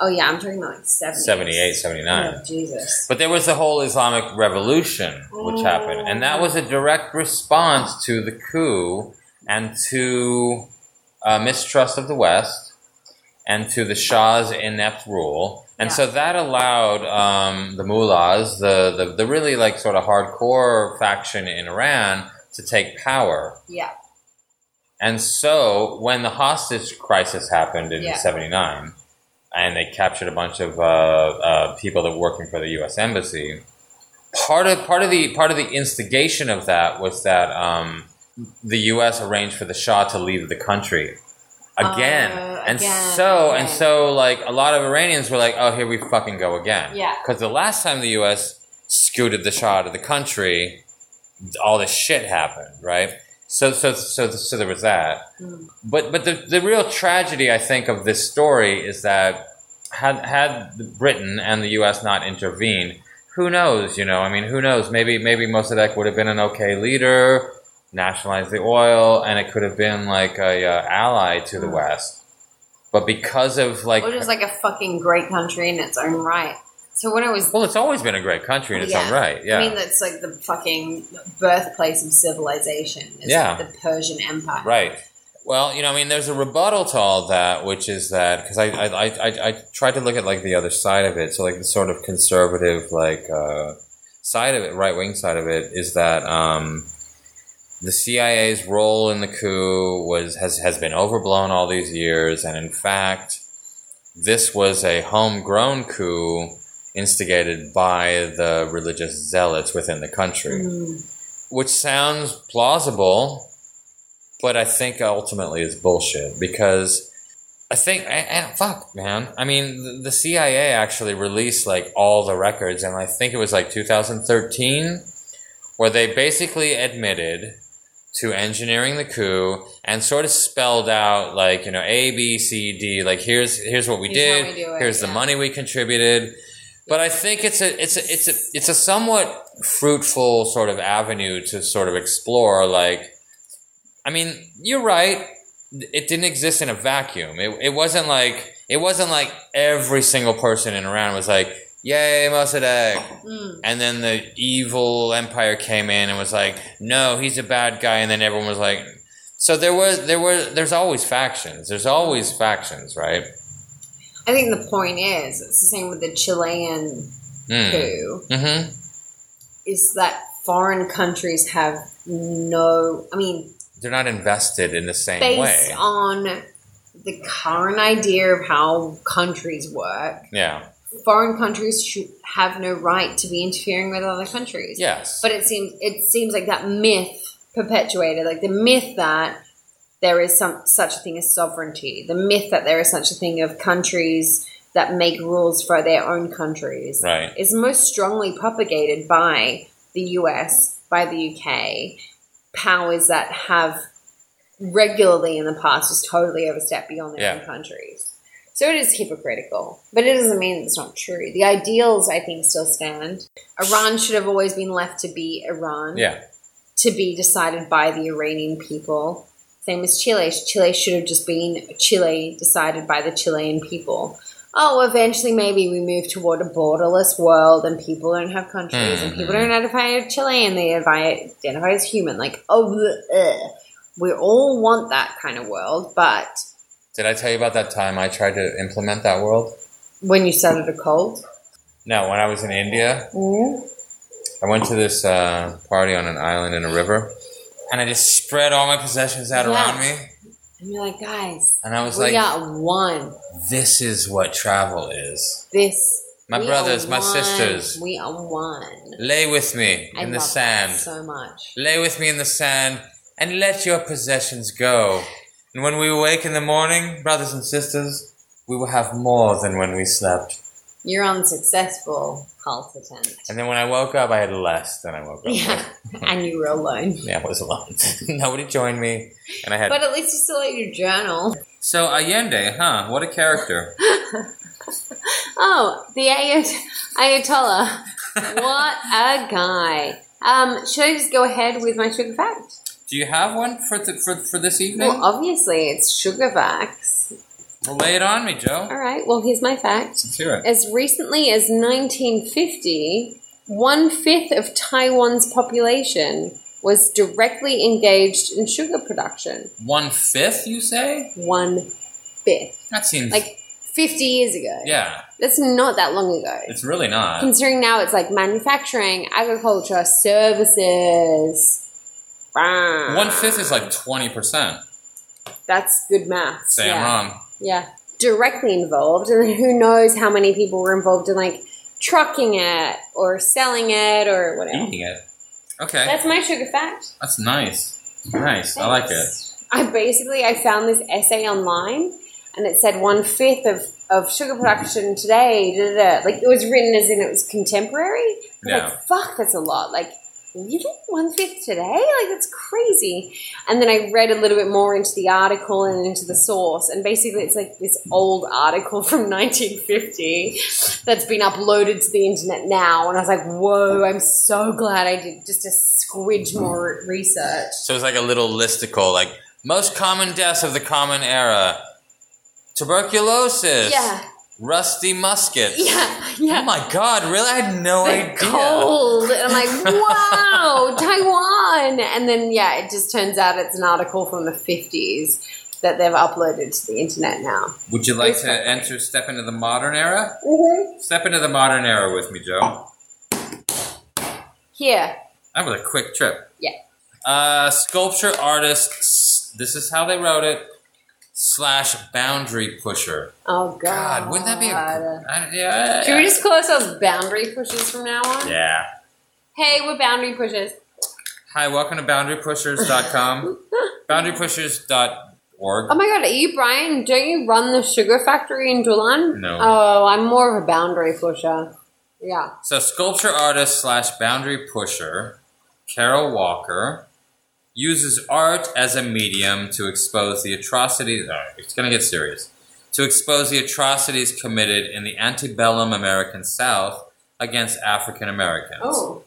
Oh, yeah, I'm talking about like 70.
78, 79.
Oh, Jesus.
But there was the whole Islamic revolution which happened, and that was a direct response to the coup and to uh, mistrust of the West and to the Shah's inept rule. And so that allowed um, the mullahs, the, the, the really like sort of hardcore faction in Iran, to take power.
Yeah.
And so when the hostage crisis happened in
Yeah.
79, and they captured a bunch of uh, uh, people that were working for the U.S. embassy, part of part of the part of the instigation of that was that um, the U.S. arranged for the Shah to leave the country again,
Oh,
and
again,
so and
okay.
so like a lot of Iranians were like, "Oh, here we fucking go again,"
Yeah.
because the last time the U.S. scooted the Shah out of the country, all this shit happened, right? So, so, so, so there was that. But, but the, the real tragedy, I think, of this story is that had had Britain and the U.S. not intervened, who knows? You know, I mean, who knows? Maybe, maybe Mossadegh would have been an okay leader, nationalized the oil, and it could have been like a uh, ally to
Hmm.
the West. But because of like,
Which is like a fucking great country in its own right. So when I was.
well, it's always been a great country in its own
Yeah.
right. Yeah.
I mean, that's like the fucking birthplace of civilization. It's
Yeah.
like the Persian Empire.
Right. Well, you know, I mean, there's a rebuttal to all that, which is that because I, I, I, I, I tried to look at like the other side of it, so like the sort of conservative like uh, side of it, right wing side of it, is that um, the CIA's role in the coup was has has been overblown all these years, and in fact, this was a homegrown coup instigated by the religious zealots within the country
Mm,
which sounds plausible, but I think ultimately is bullshit because I think and, and fuck, man. I mean, the, the CIA actually released like all the records, and I think it was like 2013, where they basically admitted to engineering the coup and sort of spelled out like you know A B C D like here's here's what we
Here's
did
how we do it,
here's the
yeah.
money we contributed but I think it's a it's a it's a it's a somewhat fruitful sort of avenue to sort of explore like I mean you're right it didn't exist in a vacuum it, it wasn't like it wasn't like every single person in Iran was like yay Mossadegh
mm,
and then the evil empire came in and was like, "No, he's a bad guy." And then everyone was like, "So there was there were there's always factions. There's always factions, right?"
I think the point is, it's the same with the Chilean
Mm.
coup,
hmm
is that foreign countries have no, I mean,
They're not invested in the same
based
way.
on the current idea of how countries work,
yeah.
foreign countries should have no right to be interfering with other countries.
Yes.
But it seems it seems like that myth perpetuated, like the myth that there is some such a thing as sovereignty, the myth that there is such a thing of countries that make rules for their own countries,
Right.
is most strongly propagated by the US, by the UK, powers that have regularly in the past just totally overstepped beyond their
Yeah.
own countries. So it is hypocritical, but it doesn't mean it's not true. The ideals, I think, still stand. Iran should have always been left to be Iran,
yeah.
to be decided by the Iranian people. Same as Chile. Chile should have just been Chile decided by the Chilean people. oh, eventually maybe we move toward a borderless world and people don't have countries and people don't identify as Chilean, they identify, identify as human. Like, oh, bleh, ugh. we all want that kind of world, but
Did I tell you about that time I tried to implement that world?
when you started a cold,
No, when I was in India,
mm,
I went to this uh, party on an island in a river, and I just spread all my possessions out
Yeah.
around me,
and you're like, guys,
and I was
we
like,
are one.
"This is what travel is."
This.
My
we
brothers,
are
my
one.
sisters.
We are one.
Lay with me
I
in the
love that
sand.
so much.
Lay with me in the sand and let your possessions go. And when we awake in the morning, brothers and sisters, we will have more than when we slept.
You're unsuccessful, cultitant.
And then when I woke up, I had less than I woke up.
Yeah,
with.
and you were alone.
yeah I was alone. Nobody joined me, and I had.
But uh, at least you still had your journal.
so Allende, huh? What a character.
Oh, the Ayat- Ayatollah. what a guy. Um, should I just go ahead with my sugar fact?
Do you have one for th- for for this evening?
Well, uh,
Well,
obviously, it's sugar facts.
lay it on me, Joe.
All right, well, here's my fact.
Let's hear it.
As recently as 1950, one fifth of Taiwan's population was directly engaged in sugar production.
One fifth, you say?
One fifth.
That seems
Like 50 years ago.
yeah.
That's not that long ago.
It's really not.
Considering now it's like manufacturing, agriculture, services.
One
One
fifth is like twenty percent.
That's good math.
Say
yeah.
I'm wrong.
Yeah. Directly involved, and then who knows how many people were involved in like trucking it or selling it or whatever.
Eating it. Okay, that's,
That's my sugar fact.
nice. Nice, I like it.
Thanks. I basically I found this essay online, and it said one fifth of of sugar production today. Da, da, da. Like it was written as in it was contemporary. I was
Yeah.
Like fuck, that's a lot. Like really one fifth today? Like that's crazy. And then I read a little bit more into the article and into the source, and basically it's like this old article from 1950 that's been uploaded to the internet now. And I was like, whoa, I'm so glad I did just a squidge more research.
So it's like a little listicle, like most common deaths of the common era: tuberculosis,
Yeah.
rusty muskets.
Yeah,
Oh
yeah.
my God! Really, I had no
They're
idea.
cold. And I'm like, wow, Taiwan. And then, yeah, it just turns out it's an article from the 50s that they've uploaded to the internet now.
Would you like
It's
to
fine.
enter, step into the modern era?
Mm-hmm.
Step into the modern era with me, Joe.
Here.
That was a quick trip.
Yeah.
Uh, sculpture artists. This is how they wrote it. Slash boundary pusher.
Oh, God.
God, wouldn't that be a? I- yeah.
Should we just call ourselves boundary pushers from now on?
yeah.
Hey, we're boundary pushers.
Hi, welcome to boundarypushers.com.
Oh
boundarypushers.org.
my god, are you Brian? Don't you run the sugar factory in Dulan?
No.
Oh, I'm more of a boundary pusher. Yeah.
So sculpture artist slash boundary pusher, Carol Walker, uses art as a medium to expose the atrocities. All right, it's going to get serious. To expose the atrocities committed in the antebellum American South against African Americans.
Oh.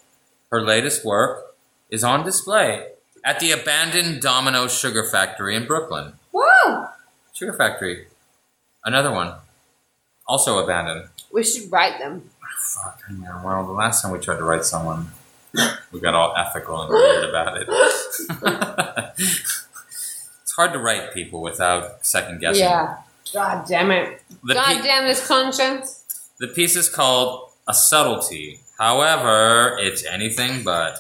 Her latest work is on display at the abandoned Domino Sugar Factory in Brooklyn.
Whoa.
Sugar Factory. Another one. Also abandoned.
We should write them.
Fuck, I know. Well, the last time we tried to write someone, we got all ethical and weird about it. it's hard to write people without second guessing.
Yeah. God damn it.
The,
God
pe-
damn this conscience.
the piece is called A Subtlety. However, it's anything but.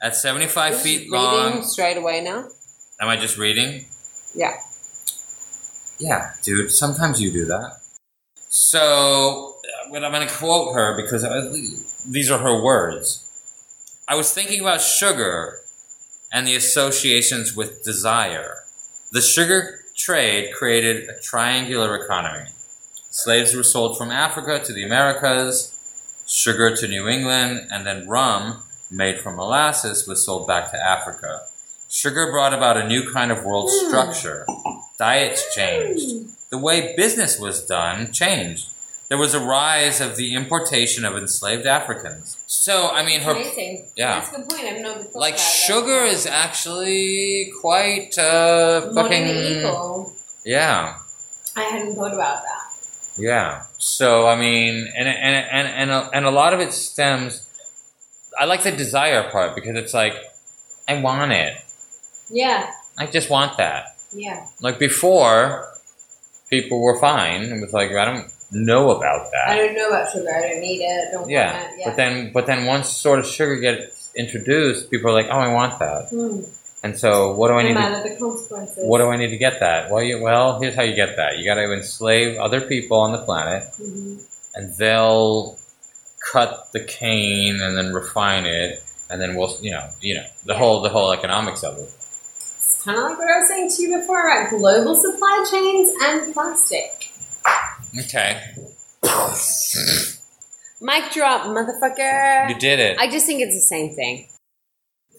At 75
This is
feet
reading
long.
straight away now.
Am I just reading?
Yeah.
Yeah, dude. Sometimes you do that. So, uh, but I'm going to quote her because uh, these are her words. I was thinking about sugar and the associations with desire. The sugar trade created a triangular economy. Slaves were sold from Africa to the Americas, sugar to New England, and then rum made from molasses was sold back to Africa. Sugar brought about a new kind of world
Hmm.
structure. Diets changed the way business was done changed. There was a rise of the importation of enslaved Africans. So, I mean, her
Amazing.
yeah.
That's a good point. I've never thought
like
about
sugar
that.
is actually quite uh,
Modern
fucking
evil.
yeah.
I hadn't thought about that.
Yeah. So I mean, and and and and a, and a lot of it stems. I like the desire part because it's like, I want it.
Yeah.
I just want that.
Yeah.
Like before, people were fine. It was like I don't know about that.
I don't know about sugar. I don't need it. Don't
yeah.
want it. Yeah.
But then, but then once sort of sugar gets introduced, people are like, oh, I want that.
Mm.
And so, what do I
I'm
need?
mad
To,
at the consequences.
what do I need to get that? Well, you well, here's how you get that. You got to enslave other people on the planet.
Mhm.
and they'll cut the cane and then refine it and then we'll you know you know the whole the whole economics of it
It's kind of like what I was saying to you before about global supply chains and plastic.
okay
Mic drop, motherfucker.
you did it
I just think it's the same thing.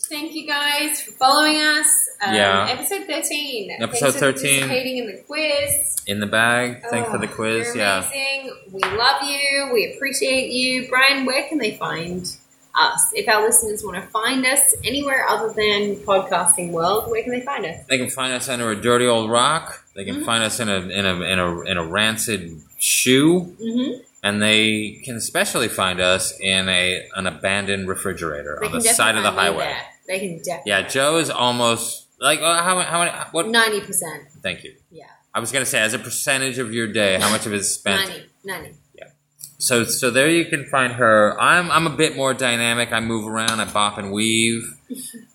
Thank you guys for following us. Um,
Yeah.
Episode 13.
Episode
Thanks for
13.
Participating in the quiz.
in the bag thanks
Oh,
for the quiz
you're
yeah
Amazing. We love you. We appreciate you. Brian, where can they find us? If our listeners want to find us anywhere other than podcasting world, where can they find us?
they can find us under a dirty old rock they can
Mhm.
find us in a in a in a in a rancid shoe
Mm-hmm.
and they can especially find us in a an abandoned refrigerator on the side of the highway
They can definitely.
yeah joe is almost like uh, how how many what
90%.
thank you
Yeah.
i was gonna say as a percentage of your day how much of it is spent
90. 90.
So so there you can find her. I'm I'm a bit more dynamic. I move around. I bop and weave.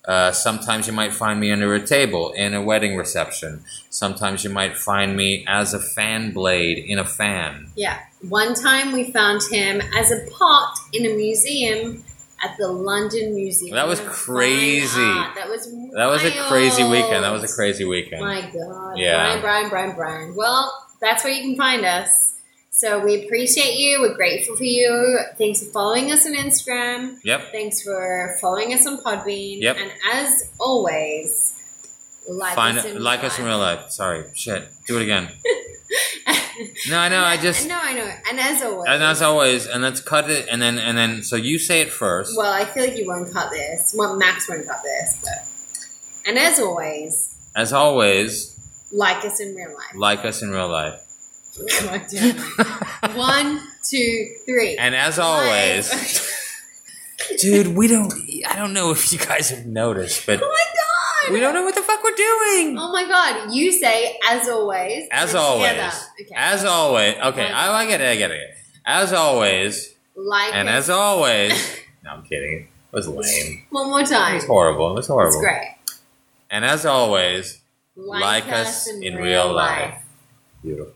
Uh, sometimes you might find me under a table in a wedding reception. Sometimes you might find me as a fan blade in a fan.
Yeah. One time we found him as a pot in a museum at the London Museum.
That was
of Fine
crazy.
Art. That was
That was a crazy
wild.
weekend. That was a crazy weekend.
My God.
Yeah.
Brian, Brian, Brian, Brian. Well, that's where you can find us. So we appreciate you. We're grateful for you. Thanks for following us on Instagram.
Yep.
Thanks for following us on Podbean.
Yep.
And as always, like
find
us in
like us in real life. Sorry. Shit. Do it again. no, I know. I just
No, I know. And as always.
and as always. And let's cut it. And then and then. So you say it first.
Well, I feel like you won't cut this. Well, Max won't cut this. But. And as always,
As always,
like us in real life.
like us in real life.
God damn it. One, two, three.
And as always, dude, we don't. I don't know if you guys have noticed, but
oh my god!
we don't know what the fuck we're doing.
Oh my god! You say as always.
As
and
always.
together. Okay.
As always, okay, I like it. I get it. As always,
like
and
us.
as always, no, I'm kidding. It was lame.
one more
It
time.
was horrible. It was
It's
horrible.
great.
And as always, like, us in real life. Beautiful.